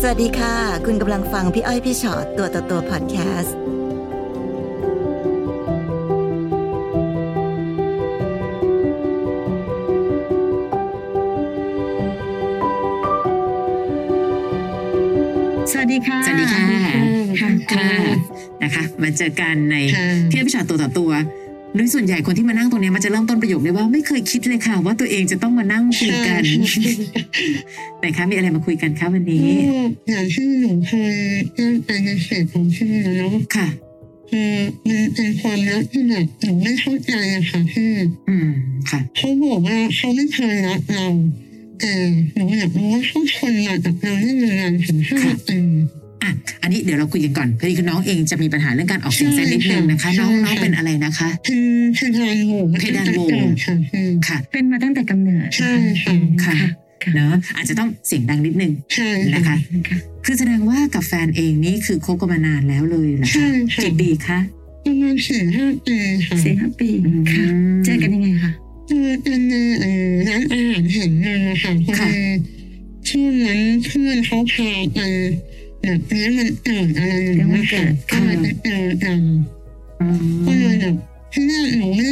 สวัสดีค่ะ คุณกำลังฟังพี่อ้อยพี่ชอตตัวต่อตัวพอดแคสต์ สวัสดีค่ะ สวัสดีค่ะ ค่ะ ค่ะนะคะมาเจอกันใน ค่ะ เพียบพิชาตัวต่อตัวโดยส่วนใหญ่คนที่มานั่งตรงเนี้ยมันจะเริ่มต้นประโยคเลยว่าไม่เคยคิดเลยค่ะ ว่าตัวเองจะต้องมานั่งคุยกันไหนคะมีอะไรมาคุยกันคะวันนี้ อย่างที่หนูเคยเล่นไปในเฟซของพี่แล้ว ค่ะ คือมันเป็นความรักที่แบบหนูไม่เข้าใจอะค่ะพี่ อืมค่ะ เขาบอกว่าเขาไม่เคยรักเราแต่หนูอยากรู้ว่าเขาทนมากับเราได้ยังไงถึงห้าปี อ่ะ อันนี้เดี๋ยวเราคุยกันก่อนพอดีคือน้องเองจะมีปัญหาเรื่องการออกเสียงแซนนิดนึงนะคะ น้องน้องเป็นอะไรนะคะ คือคือทานหมู เพดานโหว ค่ะพี่ ค่ะ เป็นมาตั้งแต่กำเนิด ใช่ค่ะ ค่ะ เนอะอาจจะต้องเสียงดังนิดนึง ใช่ นะคะ ค่ะ คือแสดงว่ากับแฟนเองนี่คือคบกันมานานแล้วเลยเหรอคะ ใช่ค่ะ กี่ปีคะ ประมาณสี่ห้าปีค่ะ สี่ห้าปีค่ะ ม เจอกันยังไงคะ คือเป็นในเอ่อร้านอาหารแห่งหนึ่งอะค่ะพอ ค่ะ ดีช่วงนั้นเพื่อนเขาพาไปแบบเลี้ยงวันเกิดอะไรอย่างเงี้ยค่ะก็เลยไปเจอกัน อื ก็เล ม ยแบบที่แรกหนูไม่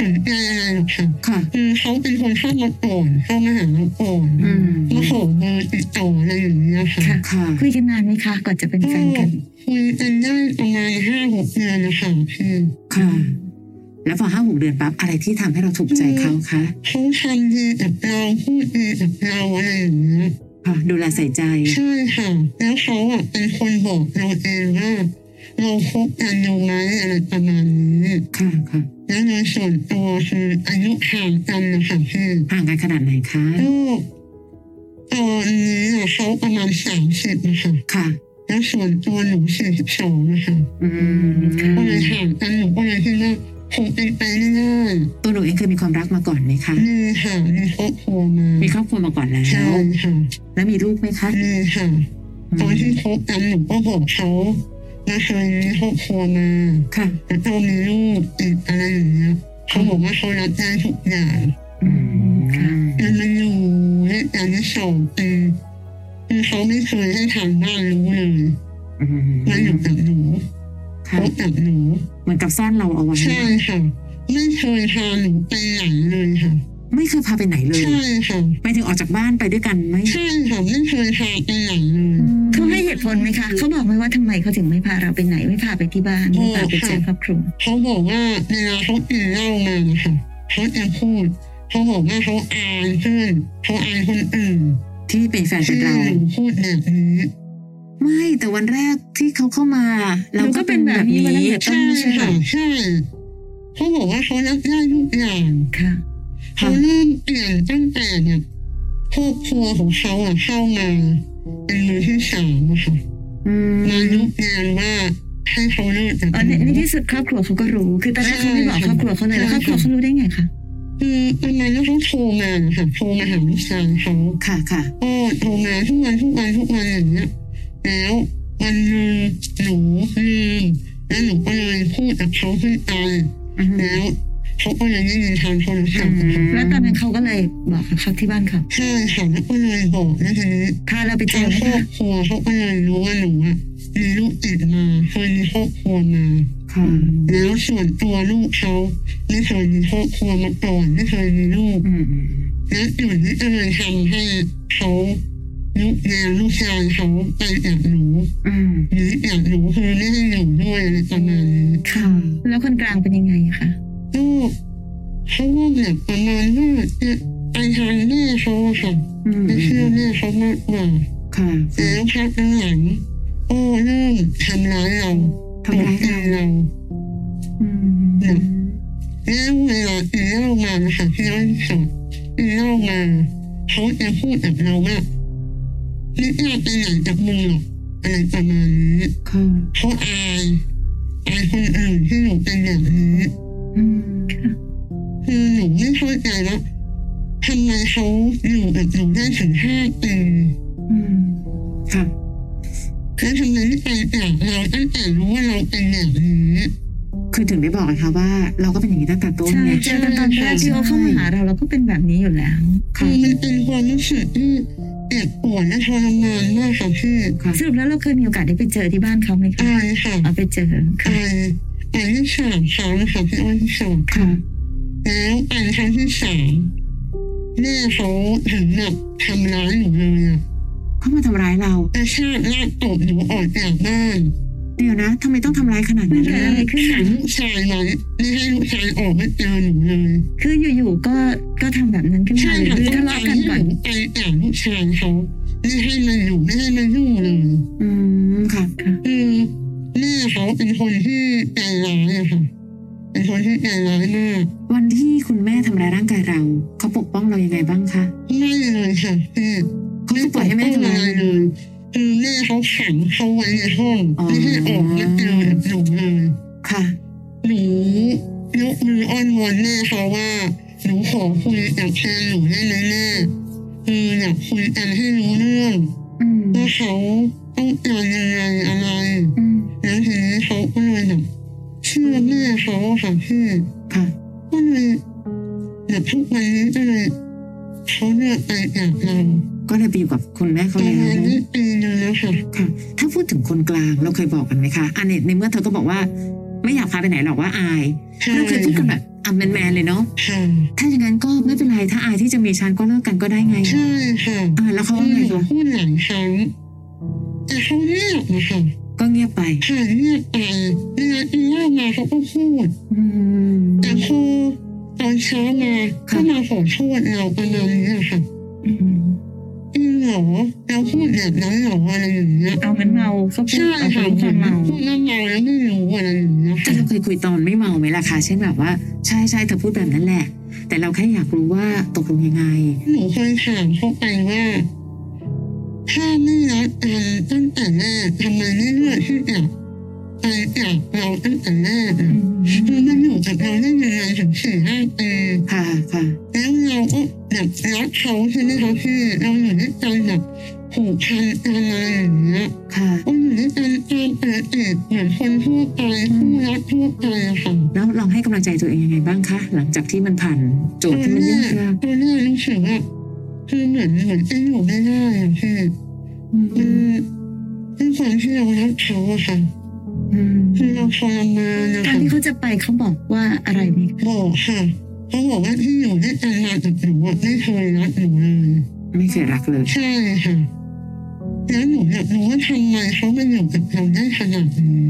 สนใจอะไรหรอกค่ะ ค่ะ คือเขาเป็นคนเข้ามาก่อนเข้ามาหาเราก่อน อืม มาขอเบอร์ติดต่ออะไรอย่างเงี้ยค่ะ ค่ะ คุยกันนานไหมคะก่อนจะเป็นแฟนกัน คุยกันได้ประมาณห้าหกเดือนนะคะคือ ค่ะ แล้วพอห้าหกเดือนปั๊บอะไรที่ทำให้เราถูกใจเขาคะ เขาทำดีกับเราพูดดีกับเราอะไรอย่างเงี้ย ค่ะ ดูแลใส่ใจ ใช่ค่ะ แล้วเขาอ่ะเป็นคนบอกเราเองว่าเราคบกันอยู่ไหมอะไรประมาณนี้ ค่ะค่ะ แล้วในส่วนตัวคืออายุห่างกันนะคะพี่ ห่างกันขนาดไหนคะ ลูกตอนนี้อะเขาประมาณสามสิบนะคะ ค่ะ แล้วส่วนตัวหนูสี่สิบสองนะคะ อืมค่ะ ก็เลยห่างกันหนูก็เลยคิดว่าคงเป็นไปไม่ได้ ตัวหนูเองเคยมีความรักมาก่อนไหมคะ นี่ค่ะมีครอบครัวมา มีครอบครัวมาก่อนแล้ว ใช่ค่ะ แล้วมีลูกไหมคะ นี่ค่ะตอนที่คบกันหนูก็บอกเขาว่าเคยมีครอบครัวมา ค่ะ จะต้องมีลูกอีกอะไรอย่างเงี้ยเขาบอกว่าเขารับได้ทุกอย่าง อืมค่ะ แล้วมันอยู่ในการที่สองปีคือเขาไม่เคยให้ทางบ้านรู้เลย อืม ว่าอยู่กับหนูพ ค่ะ บกับหนู เหมือนกับซ่อนเราเอาไว้ ใช่ค่ะไม่เคยพาหนูไปไหนเลยค่ะ ไม่เคยพาไปไหนเลย ใช่ค่ะ หมายถึงออกจากบ้านไปด้วยกันไหม ใช่ค่ะไม่เคยพาไปไหนเลย เขาให้เหตุผลไหมคะเขาบอกไหมว่าทำไมเขาถึงไม่พาเราไปไหนไม่พาไปที่บ้านไม่พาไปเจอครอบครัว เขาบอกว่าเวลาเขากินเหล้ามาค่ะเขาจะพูดเขาบอกว่าเขาอายเพื่อนเขาอายคนอื่น ที่เป็นแฟนเป็นที่ห เรา นูพูดแบบนี้ ไม่แต่วันแรกที่เขาเข้ามา เราก็เป็นแบบนี้ เราก็เป็นแบบนี้มาตั้งแต่ต้น ใช่ค่ะใช่เขาบอกว่าเขารับได้ทุกอย่าง ค่ะ เขาเริ่มเปลี่ยนตั้งแต่เนี่ยครอบครัวของเขาอะเข้ามาเป็นมือที่สามอะค่ะ อืม มายุกงานว่าให้เขาเลิกจาก อ๋อในในที่สุดครอบครัวเขาก็รู้ คือตอนแรกเขาไม่บอกครอบครัวเขาเลยแล้วครอบครัวเขารู้ได้ไงคะ คือประมาณว่าเขาโทรมาค่ะโทรมาหาลูกชายเขา ค่ะค่ะ ก็โทรมาทุกวันทุกวันทุกวันอย่างเงี้ยแล้ววันหนึงหนูลืมแล้วหนูก็เลยพูดกับเขาขึ้นไป อืม แล้วเขาก็เลยได้ยินทางโทรศัพท์นะคะ แล้วตอนนั้นเขาก็เลยบอกกับเขาที่บ้านเขา ใช่ค่ะแล้วก็เลยบอกแล้วทีนี้ พาเราไปเจ ทา องคไหมรอ คะ บครัวเขาก็เลยรู้ว่าหนูอะมีลูกติดมาเคยมีครอบครัวมา ค่ะ แล้วส่วนตัวลูกเขาไม่เคยมีครอบครัวมาก่อนไม่เคยมีลูก อืมอืม แล้วหนูนี่ก็เลยทำให้เขาลูกแนวลูกชายเขาไปจากหนู อืม หรือจากหนูคือไม่ให้หนูด้วยอะไรประมาณนี้ ค่ะ แล้วคนกลางเป็นยังไงคะ ลูกเขาก็แบบประมาณว่าจะไปทางแม่เขาอะค่ะ อืม ไป อื เชื่อ ม แม่เขามากกว่า ค่ะค่ะ แล้วพักหลังโอ้เริ่มทำร้ายเรา ทำร้าย ตี เรา เรา อืม แล้วเวลาตีเหล่ามานะคะที่ร้านสดตีเหล่ามาเขาจะพูดกับเราว่าไม่กล้าไปไหนจากมึงหรอกอะไรประมาณนี้ ค่ะ เขาอายอายคนอื่นที่หนูเป็นแบบนี้ อืม คือหนูไม่เข้าใจว่าทำไมเขาอยู่กับหนูได้ถึงห้าปี อืมค่ะ แล้วทำไมไม่ไปจากเราตั้งแต่รู้ว่าเราเป็นแบบนี้ คือถึงได้บอกไงคะว่า เราก็เป็นอย่างนี้ตั้งแต่ต้น ใช่ ไง เจอกันตอนแรกที่เขาเข้ามาหาเราเราก็เป็นแบบนี้อยู่แล้ว คือมันเป็นความรู้สึกที่ เจ็บปวดและทรมานมากค่ะพี่ ค่ะ สรุปแล้วเราเคยมีโอกาสได้ไปเจอที่บ้านเขาไหมคะ ตายค่ะ เอาไปเจอค่ะ ตายอันที่สามเขาค่ะพี่อ้อยที่สาม ค่ะ แล้วอันครั้งที่สามแม่เขาถึงแบบทำร้ายหนูเลยอะ เขามาทำร้ายเรา กระชากลากตบหนูออกจากบ้าน เดี๋ยวนะทำไมต้องทำร้ายขนาด มัน นั้น เกิด นะ อะไรขึ้น ขั น่ะ งลูกชายไว้ไม่ให้ลูกชายออกมาเจอหนูเลย คืออยู่ๆก็ก็ทำแบบนั้นขึ้น ใช่ค่ะมาหรือ ต้องกาทะเลาะ ร กัน ให้ห ก่อน นูไปจากลูกชายเขาไม่ให้มาอยู่ไม่ให้มายุ่งเลย อืมค่ะ คือแม่เขาเป็นคนที่ใจร้ายอะค่ะ เป็นคนที่ใจร้ายมาก วันที่คุณแม่ทำร้ายร่างกายเรา เขาปกป้องเรายังไงบ้างคะ ไม่เลยค่ะพี่ เขาก็ปล่อยให้แม่ทำร้าย เลย คือแม่เขาขังเขาไว้ในห้องไม่ให้ออกมาเจอกับหนูเลย ค่ะ หนูยกมืออ้อนวอนแม่เขาว่าหนูขอคุยกับแฟนหนูได้ไหมแม่คืออยากคุยกันให้รู้เรื่อง อืม ว่าเขาต้องการยังไงอะไร อืม แล้วทีนี้เขาก็เลยแบบเชื่อแม่เขาอะค่ะพี่ ค่ะ ก็เลยแบบทุกวันนี้ก็เลยเขาเลือกไปจากเรา ก็เลยไปอยู่กับคุณแม่เขา ประ แล้ว มาณนี้ปีนึงแล้วค่ะ ค่ะ ถ้าพูดถึงคนกลางเราเคยบอกกันไหมคะอันเนตในเมื่อเธอก็บอกว่า ไม่อยากพาไปไหนหรอกว่าอายเราเคยพูดกันแบบอ่ะแมนแมนๆเลยเนาะ ค่ะ ถ้าอย่างนั้นก็ไม่เป็นไรถ้าอายที่จะมีฉันก็เลิกกันก็ได้ไง ใช่ค่ะ อ่าแล้วเขา คื ว่า อ ไง หนู คะ พูดหลายครั้งแต่เขาเงียบนะคะ ก็เงียบไป ค่ะเงียบไปเวลากินเหล้ามาเขาก็พูด อืม แต่พอตอนเช้ามา ค่ะ ก็มาขอโทษเราประมาณนี้อะค่ะ อืม จริงเหรอเราพูดแบบนั้นเหรออะไรอย่างเงี้ย เอางั้นเมาก็พูด ใช่ เอา ค่ะ เป็นความเมา พูดแล้วเมาแล้วไม่รู้อะไรอย่างเงี้ย แต่ ค่ะ เราเคยคุยตอนไม่เมาไหมล่ะคะ เช่นแบบว่าใช่ใช่เธอพูดแบบนั้นแหละ แต่เราแค่อยากรู้ว่าตกลงยังไง หนูเคยถามเขาไปว่า ถ้าไม่รักกันตั้งแต่แรกทำไมไม่เลือกที่จะไปจากเราตั้งแต่แรกอะ อืม คือมันอยู่กับเราได้ยังไงถึงสี่ห้าปี ค่ะค่ะ แล้วเราก็แบบรักเขาใช่ไหมคะพี่เราอยู่ด้วยกันแบบผูกพันกันอะไรอย่างเงี้ย ค่ะ ก็อยู่ด้วยกันตามปกติเหมือนคนทั่วไปคู่รักทั่วไปอะค่ะ แล้วลองให้กำลังใจตัวเองยังไงบ้างคะ หลังจากที่มันผ่านโจทย์ที่มันยากยาก คือเนี่ยรู้สึกว่าคือเหมือนเหมือนจะอยู่ไม่ได้อะพี่ อืม อืมด้วยความที่เรารักเขาอะค่ะ อืม คือเราทรมานนะ ตอน คะ ที่เขาจะไปเขาบอกว่าอะไรไหมคะ บอกค่ะเขาบอกว่าที่อยู่ด้วยกันมากับหนูอะไม่เคยรักหนูเลย ไม่เคยรักเลย ใช่ค่ะแล้วหนูอยากรู้ว่าทำไมเขามาอยู่กับเราได้ขนาดนี้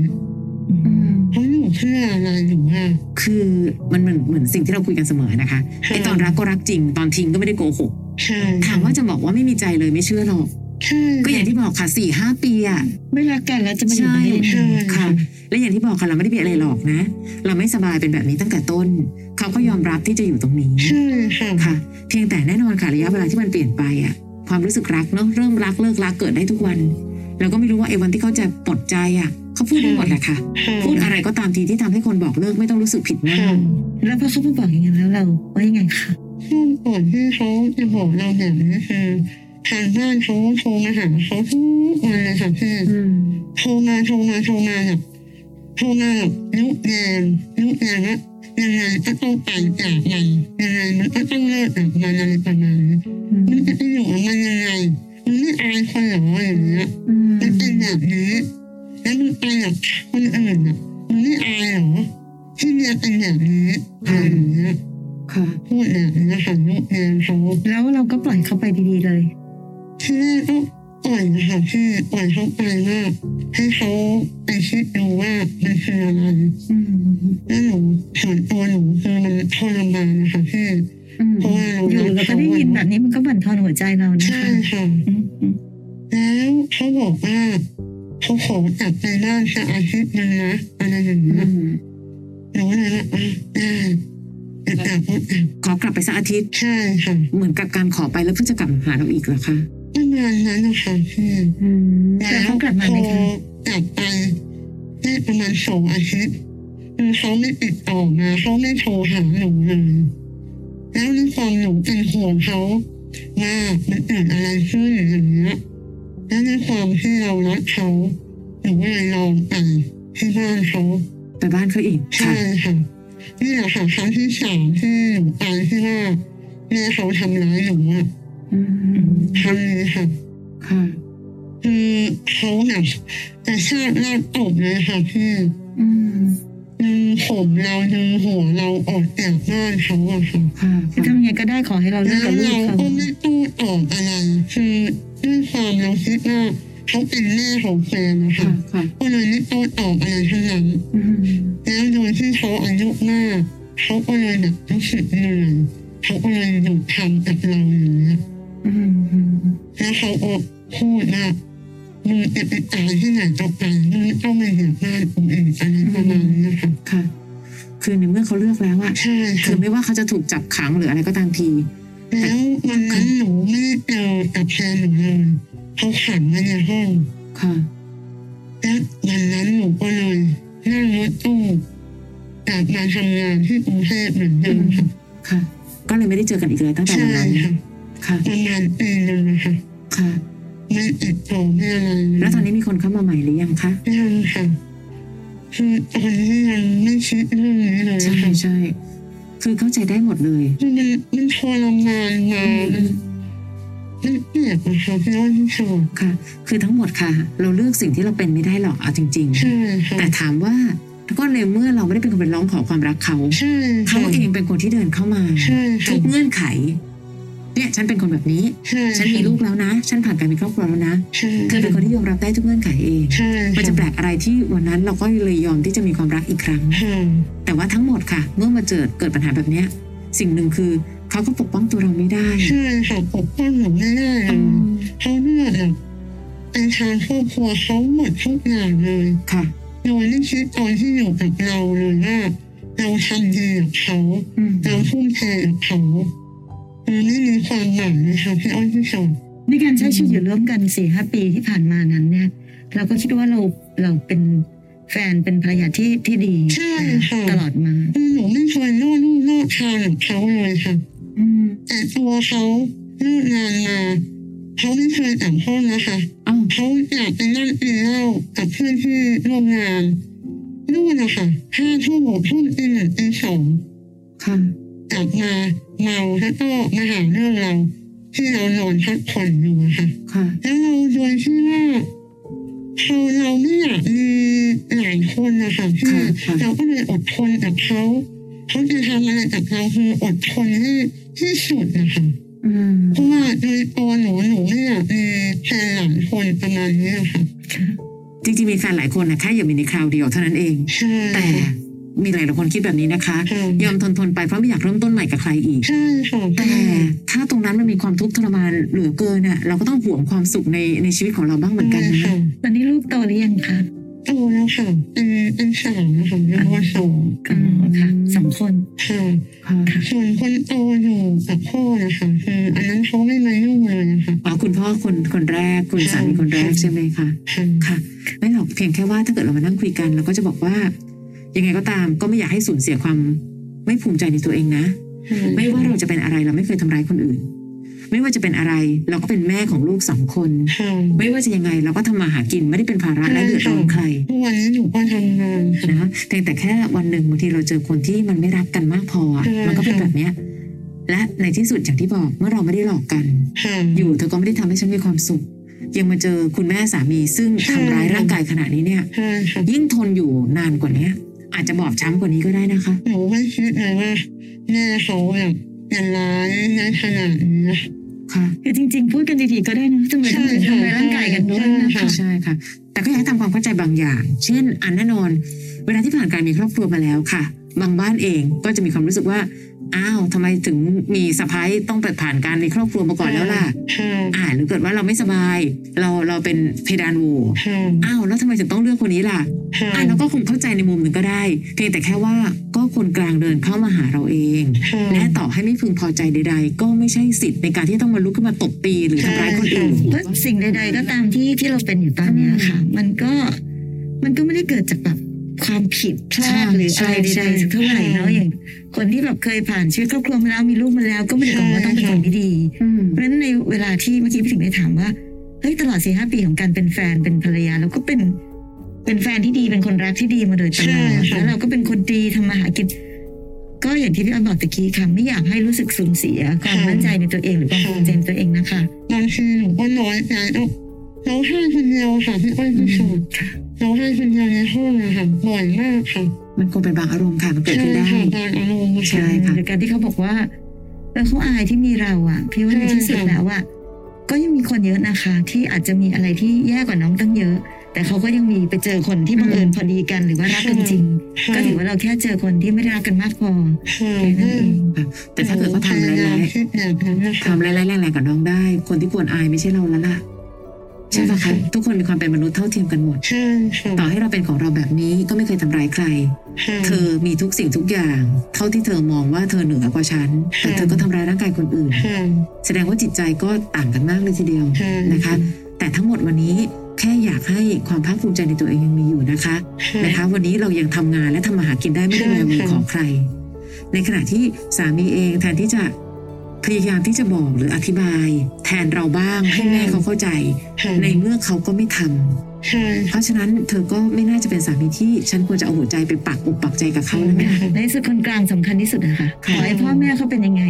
อื อื ม ม เขาอยู่เพื่ออะไรหนูอะ คือมันเหมือนเหมือนสิ่งที่เราคุยกันเสมอนะคะไอตอนรักก็รักจริง ตอนทิ้งก็ไม่ได้โกหก ใช่ ถามว่าจะบอกว่าไม่มีใจเลยไม่เชื่อหรอก ใช่ ก็อย่างที่บอกค่ะสี่ห้าปีอะ ไม่รักกันแล้วจะมาอยู่ ใช่ ได้ยังไง ใช่ ค่ะและอย่างที่บอกค่ะเราไม่ได้มีอะไรหลอกนะ เราไม่สบายเป็นแบบนี้ตั้งแต่ต้น เขาก็ยอมรับที่จะอยู่ตรงนี้ ใช่ค่ะ ค่ะ เพียงแต่แน่นอนค่ะระยะเวลาที่มันเปลี่ยนไปอะความรู้สึกรักเนาะเริ่มรักเลิกรักเกิดได้ทุกวันเราก็ไม่รู้ว่าไอ้วันที่เขาจะปลดใจอะเขาพูดได้หมดแหละค่ะ ค่ะ พูดอะไรก็ตามทีที่ทำให้คนบอกเลิกไม่ต้องรู้สึกผิดมาก ค่ะ แล้วพอเขามาบอกอย่างนั้นแล้วเราว่ายังไงคะ ช่วงก่อนที่เขาจะบอกเราแบบนี้คือทางบ้านเขาโทรมาหาเขาทุกวันเลยค่ะพี่ อืม โทรมาโทรมาโทรมาแบบโทรมาแบบยุกแยงยุกแยงว่ายังไงก็ต้องไปจากมันยังไงมันก็ต้องเลิกจากมันอะไรประมาณนี้มันจะไปอยู่กับมันยังไงมันไม่อายคนเหรออย่างเงี้ย อืม มันเป็นแบบนี้แล้วมันไปแบบคนอื่นอ่ะมันไม่อายเหรอที่เรียนเป็นแบบนี้อะไรอย่างเงี้ย ค่ะ พูดแบบนี้ค่ะยุกแยงเขา แล้วเราก็ปล่อยเขาไปดีๆเลย ที่แรกก็ปล่อยนะคะพี่ปล่อยเขาไปว่าให้เขาไปคิดดูว่ามันคืออะไร อืม แล้วหนูส่วนตัวหนูคือมันทรมานนะคะพี่ อืม เพราะว่าเรา อยู่เราก็ได้ยินแบบนี้มันก็บั่นทอนหัวใจเรานะ ใช่ คะ ค่ะ อืมอืม แล้วเขาบอกว่าเขาขอกลับไปบ้านสักอาทิตย์หนึงนะอะไรอย่าง อื เงี้ย ม หนูเลยว่าอ่ะได้จะกลับก็ขอกกลับลับไปสักอาทิตย์ ใช่ค่ะ เหมือนกับการขอไปแล้วเพื่อจะกลับมาหาเราอีกเหรอคะ ประมาณนั้นนะคะพี่ อืม แล้วเขากลับมาไหม พ คะ อกลับไปได้ประมาณสองอาทิตย์คือเขาไม่ติดต่อมาเขาไม่โทรหาหนูเลยแล้วในความหนูเป็นห่วงเขาว่ามันเกิดอะไรขึ้นอย่างเงี้ยแล้วในความที่เรารักเขาหนูก็เลยลองไปที่บ้านเขา ไปบ้านเขาอีก ใช่ ค่ะ ค่ะนี่แหละค่ะครั้งที่สามที่หนูไปที่ว่าแม่เขาทำร้ายหนูอะ อืม ทำเลยค่ะ ค่ะ คือเขาแบบกระชากลากตบเลยค่ะพี่ อืม ดึงผมเราดึงหัวเราออกจากบ้านเขาอะค่ะ ค่ะ คือ ค่ะ ทำยังไงก็ได้ขอให้เราเลิ แล้ ก วเรากับลูกเขา ก็ไม่ตู้ตอบอะไรคือด้วยความเราคิดว่าเขาเป็นแม่ของแฟนนะ ค่ะ คะ ค่ะ ก็เลยไม่ตู้ตอบอะไรทั้งนั้น อืม แล้วโดยที่เขาอายุมากเขาก็เลยแบบรู้สึกเหนื่อยเขาก็เลยหยุดทำกับเราอย่างเงี้ย อืมอืม แล้วเขาก็พูดว่ามึงจะไปตายที่ไหนต่อไปมึงไม่ต้องมาเหยียบบ้านกูอีกอะไรประมาณเนี้ยค่ะ ค่ะ คือในเมื่อเขาเลือกแล้วอะ ใช่ คื ค่ะ อไม่ว่าเขาจะถูกจับขังหรืออะไรก็ตามที แล้ววันนั้นหนูไม่ได้เจอกับแฟนหนูเลยเขาขังมาในห้อง ค่ะ และวันนั้นหนูก็เลยนั่งรถตู้กลับมาทำงานที่กรุงเทพเหมือนเดิมค่ะ ค่ะ ก็เลยไม่ได้เจอกันอีกเลยตั้งแต่วันใช่นั้น ค่ะ ค่ะ ประมาณปีหนึงนะคะ ค่ะ ไม่ติดต่อไม่อะไรเลย แล้วตอนนี้มีคนเข้ามาใหม่หรือยังคะ ยังค่ะคือตอนนี้ยังไม่คิดเรื่องนี้เลย ใช่ ค่ะ ใช่คือเข้าใจได้หมดเลย คือมันมันทรมานมามันมันเกลียดนะคะพี่อ้อยที่ชอบ ค่ะ คือทั้งหมดค่ะ เราเลือกสิ่งที่เราเป็นไม่ได้หรอกเอาจริง ใช่ค่ะ ๆ แต่ถามว่าก็ในเมื่อเราไม่ได้เป็นคนไปร้องขอความรักเขา ใช่ เขา ค่ะ เองเป็นคนที่เดินเข้ามา ใช่ ทุ ค่ะ กเงื่อนไข เนี่ยฉันเป็นคนแบบนี้ ใช่ ฉันมีลูกแล้วนะ ฉันผ่านการมีครอบครัวแล้วนะ ใช่ เธอเป็นคนที่ยอมรับได้ทุกเงื่อนไขเอง ใช่ มันจะแปลกอะไรที่วันนั้นเราก็เลยยอมที่จะมีความรักอีกครั้ง ค่ะ แต่ว่าทั้งหมดค่ะ เมื่อมาเจอเกิดปัญหาแบบเนี้ย สิ่งหนึ่งคือเขาก็ปกป้องตัวเราไม่ได้ ใช่ค่ะปกป้องหนูไม่ได้เล อื ย ม เขาเลือกแบบเป็นทางครอบครัวเขาหมดทุกอย่างเลย ค่ะ โดยไม่คิดตอนที่อยู่กับเราเลยว่าเราทำดีกับเขา อืม เราทุ่มเทกับเขาคือไม่มีความหมายเลยค่ะพี่อ้อยพี่ชม ในการใช้ชีวิตอยู่ร่วมกันสี่ห้าปีที่ผ่านมานั้นเนี่ย เราก็คิดว่าเราเราเป็นแฟนเป็นภรรยาที่ที่ดี ใช่ค่ะ ตลอดมา คือหนูไม่เคยล่อลู่ล่อทางกับเขาเลยค่ะ อืม แต่ตัวเขาเลิกงานมาเขาไม่เคยกลับห้องนะคะ อ้าว เขาอยากไปนั่งกินเหล้ากับเพื่อนที่ร่วมงานนู่นนะคะห้าทุ่มหกทุ่มตีหนึ่งตีสอง ค่ะ กลับมาเมาแล้วก็มาหาเรื่องเราที่เรานอนพักผ่อนอยู่อะค่ะ ค่ะ แล้วเราโดยที่ว่าเราเราไม่อยากมีหลายคนนะคะที่ ค่ะค่ะ เราก็เลยอดทนกับเขาเขาจะทำอะไรกับเราคืออดทนให้ที่สุดนะคะ อืม เพราะว่าโดยตัวหนูหนูไม่อยากมีแฟนหลายคนประมาณเนี้ยค่ะ จริงๆมีแฟนหลายคนนะแค่อย่ามีในคราวเดียวเท่านั้นเอง ใช่ แต่มีหลายๆคนคิดแบบนี้นะคะ ค่ะ ยอมทนทนๆไปเพราะไม่อยากเริ่มต้นใหม่กับใครอีก ใช่ค่ะ แต่ถ้าตรงนั้นมันมีความทุกข์ทรมานเหลือเกินน่ะเราก็ต้องหวงความสุขในในชีวิตของเราบ้างเหมือนกันนะ ค่ะ ตอนนี้ลูกโตหรือยังคะ โตแล้วค่ะเป็นเป็นสาวนะคะเรียกว่าสอง อ๋อค่ะสองคน ค่ะ ค่ะ ส่วนคนโตอยู่กับพ่อนะคะคืออันนั้นเขาไม่มายุ่งเลยนะคะ อ๋อคุณพ่อคนคนแรกคุณสามีคนแรกใช่ไหมคะ ค่ะ ค่ะไม่หรอกเพียงแค่ว่าถ้าเกิดเรามานั่งคุยกันเราก็จะบอกว่า ยังไงก็ตามก็ไม่อยากให้สูญเสียความไม่ภูมิใจในตัวเองนะ ไม่ว่าเราจะเป็นอะไรเราไม่เคยทำร้ายคนอื่น ไม่ว่าจะเป็นอะไรเราก็เป็นแม่ของลูกสองคน ค่ะ ไม่ว่าจะยังไงเราก็ทำมาหากินไม่ได้เป็นภาระและเดือดร้อนใคร ทุกวันนี้หนูก็ทำงานค่ะ นะเพียงแต่แค่วันหนึ่งบางทีเราเจอคนที่มันไม่รักกันมากพออะ ใช่ มันก็เป็นแบบเนี้ยและในที่สุดอย่างที่บอกเมื่อเราไม่ได้หลอกกัน ค่ะ อยู่เธอก็ไม่ได้ทำให้ฉันมีความสุข ยังมาเจอคุณแม่สามีซึ่งทำร้ายร่างกายขนาดนี้เนี่ย ใช่ค่ะ ยิ่งทนอยู่นานกว่าเนี้ย อาจจะบอบช้ำกว่านี้ก็ได้นะคะ หนูไม่คิดเลยว่าแม่เขาแบบจะร้ายในขนาดนี้ ค่ะ คือจริงๆ พูดกันดีๆก็ได้นะทำไมต้องถึงทำร้ายร่างกายกันด้วยนะ ใช่ คะ ค่ะ ใช่ค่ะ แต่ก็อยากให้ทำความเข้าใจบางอย่าง เช่น อันแน่นอน เวลาที่ผ่านการมีครอบครัวมาแล้วค่ะ บางบ้านเองก็จะมีความรู้สึกว่า อ้าวทำไมถึงมีสะพ้ายต้องเปิดผ่านการมีครอบครัวมาก่อนแล้วล่ะ ค่ะ อ่า หรือเกิดว่าเราไม่สบาย เราเราเป็นเพดานโหว ค่ะ อ้าวแล้วทำไมถึงต้องเลือกคนนี้ล่ะ ค่ะ อ่ะเราก็คงเข้าใจในมุมหนึ่งก็ได้ เพียงแต่แค่ว่าก็คนกลางเดินเข้ามาหาเราเอง ค่ะ และต่อให้ไม่พึงพอใจใด ๆ ก็ไม่ใช่สิทธิ์ในการที่ต้องมาลุกขึ้นมาตบตีหรือทำร้ายคนอื่น เพราะสิ่งใด ๆ ก็ตามที่ที่เราเป็นอยู่ตอนเนี้ยค่ะ มันก็มันก็ไม่ได้เกิดจากแบบความผิดพลาด ใช่ หรืออะไร ใช่ ใดๆสักเท่าไหร่เนาะอย่าง คนที่แบบเคยผ่านชีวิตครอบครัวมาแล้วมีลูกมาแล้ว ก็ไม่ได้บอกว่าต้องเป็นคนไม่ดี อืม เพราะฉะนั้นในเวลาที่เมื่อกี้พี่ถึงได้ถามว่าเฮ้ยตลอดสี่ห้าปีของการเป็นแฟนเป็นภรรยาเราก็เป็นเป็นแฟนที่ดีเป็นคนรักที่ดีมาโดยตลอดแล้วเราก็เป็นคนดีทำมาหากิน ก็อย่างที่พี่อ้อยบอกตะกี้ค่ะไม่อยากให้รู้สึกสูญเสียความ ค่ะ มั่นใจในตัวเองหรือความ ค่ะ ภูมิใจในตัวเองนะคะ บางทีหนูก็น้อยใจแล้วร้องไห้คนเดียวค่ะพี่อ้อยพี่ชอต ค่ะ ร้องไห้คนเดียวในห้องอะค่ะบ่อยมากค่ะ มันคงเป็นบางอารมณ์ค่ะมันเกิดขึ้ใช่นได้ ค่ะบางอารมณ์ ใช่ ค่ะ ค่ะ หรือการที่เขาบอกว่าเออเขาอายที่มีเราอะพี่ว่าในที่สุดแล้วอะก็ยังมีคนเยอะนะคะ ที่อาจจะมีอะไรที่แย่กว่าน้องตั้งเยอะ แต่เขาก็ยังมีไปเจอคนที่บังเอิญพอดีกันหรือว่ารักกันจริง ค่ะ ก็ถือว่าเราแค่เจอคนที่ไม่ได้รักกันมากพอ ค่ะ แค่นั้นเอง ค่ะแต่ถ้าเกิดเขาทำ พย ร้าย ยม ย คิดแบบนั้นนะ ๆ คะ ทำร้ายๆแรงๆกับน้องได้ คนที่ควรอายไม่ใช่เราแล้วล่ะใช่ปะคะ ค่ะ ทุกคนมีความเป็นมนุษย์เท่าเทียมกันหมด ใช่ค่ะ ต่อให้เราเป็นของเราแบบนี้ก็ไม่เคยทำร้ายใคร ค่ะ เธอมีทุกสิ่งทุกอย่าง เท่าที่เธอมองว่าเธอเหนือกว่าฉัน แต่เธอก็ทำร้ายร่างกายคนอื่น ค่ะ แสดงว่าจิตใจก็ต่างกันมากเลยทีเดียว ใช่ นะคะ แต่ทั้งหมดวันนี้แค่อยากให้ความภาคภูมิใจในตัวเองยังมีอยู่นะคะ ค่ะ นะคะวันนี้เรายังทำงานและทำมาหากินได้ไม่ได้ ใช่ มามือ ค่ะ ของใคร ในขณะที่สามีเองแทนที่จะพยายามที่จะบอกหรืออธิบาย แทนเราบ้างให้แม่เขาเข้าใจ ค่ะ ในเมื่อเขาก็ไม่ทำ ใช่ เพราะฉะนั้นเธอก็ไม่น่าจะเป็นสามีที่ฉันควรจะเอาหัวใจไปปักอกปักใจกับเขาแล้วนะ ในที่สุดคนกลางสำคัญที่สุดนะคะข ค่ะ อให้พ่อแม่เขาเป็นยังไง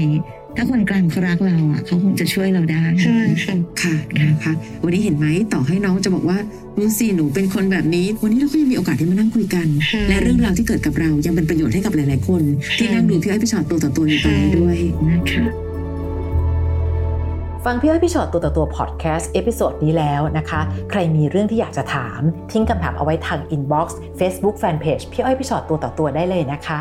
ถ้าคนกลางเขารักเราอะเขาคงจะช่วยเราได้ ใช่ค่ะ ค่ะนะคะวันนี้เห็นไหมต่อให้น้องจะบอกว่าดูสิหนูเป็นคนแบบนี้ วันนี้เราก็ยังมีโอกาสได้มานั่งคุยกัน ค่ะ และเรื่องราวที่เกิดกับเรายังเป็นประโยชน์ให้กับหลาย ๆ คน ที่ ค่ะ นั่งดูพี่อ้อยพี่ชอตตัวต่อตัวอยู่ตอนนี้ด้วย นะคะ ฟังพี่อ้อยพี่ชอตตัวต่อตัวพอดแคสต์เอพิโซดนี้แล้วนะคะ ใครมีเรื่องที่อยากจะถาม ทิ้งคำถามเอาไว้ทางอินบ็อกซ์เฟซบุ๊กแฟนเพจพี่อ้อยพี่ชอตตัวต่อตัวได้เลยนะคะ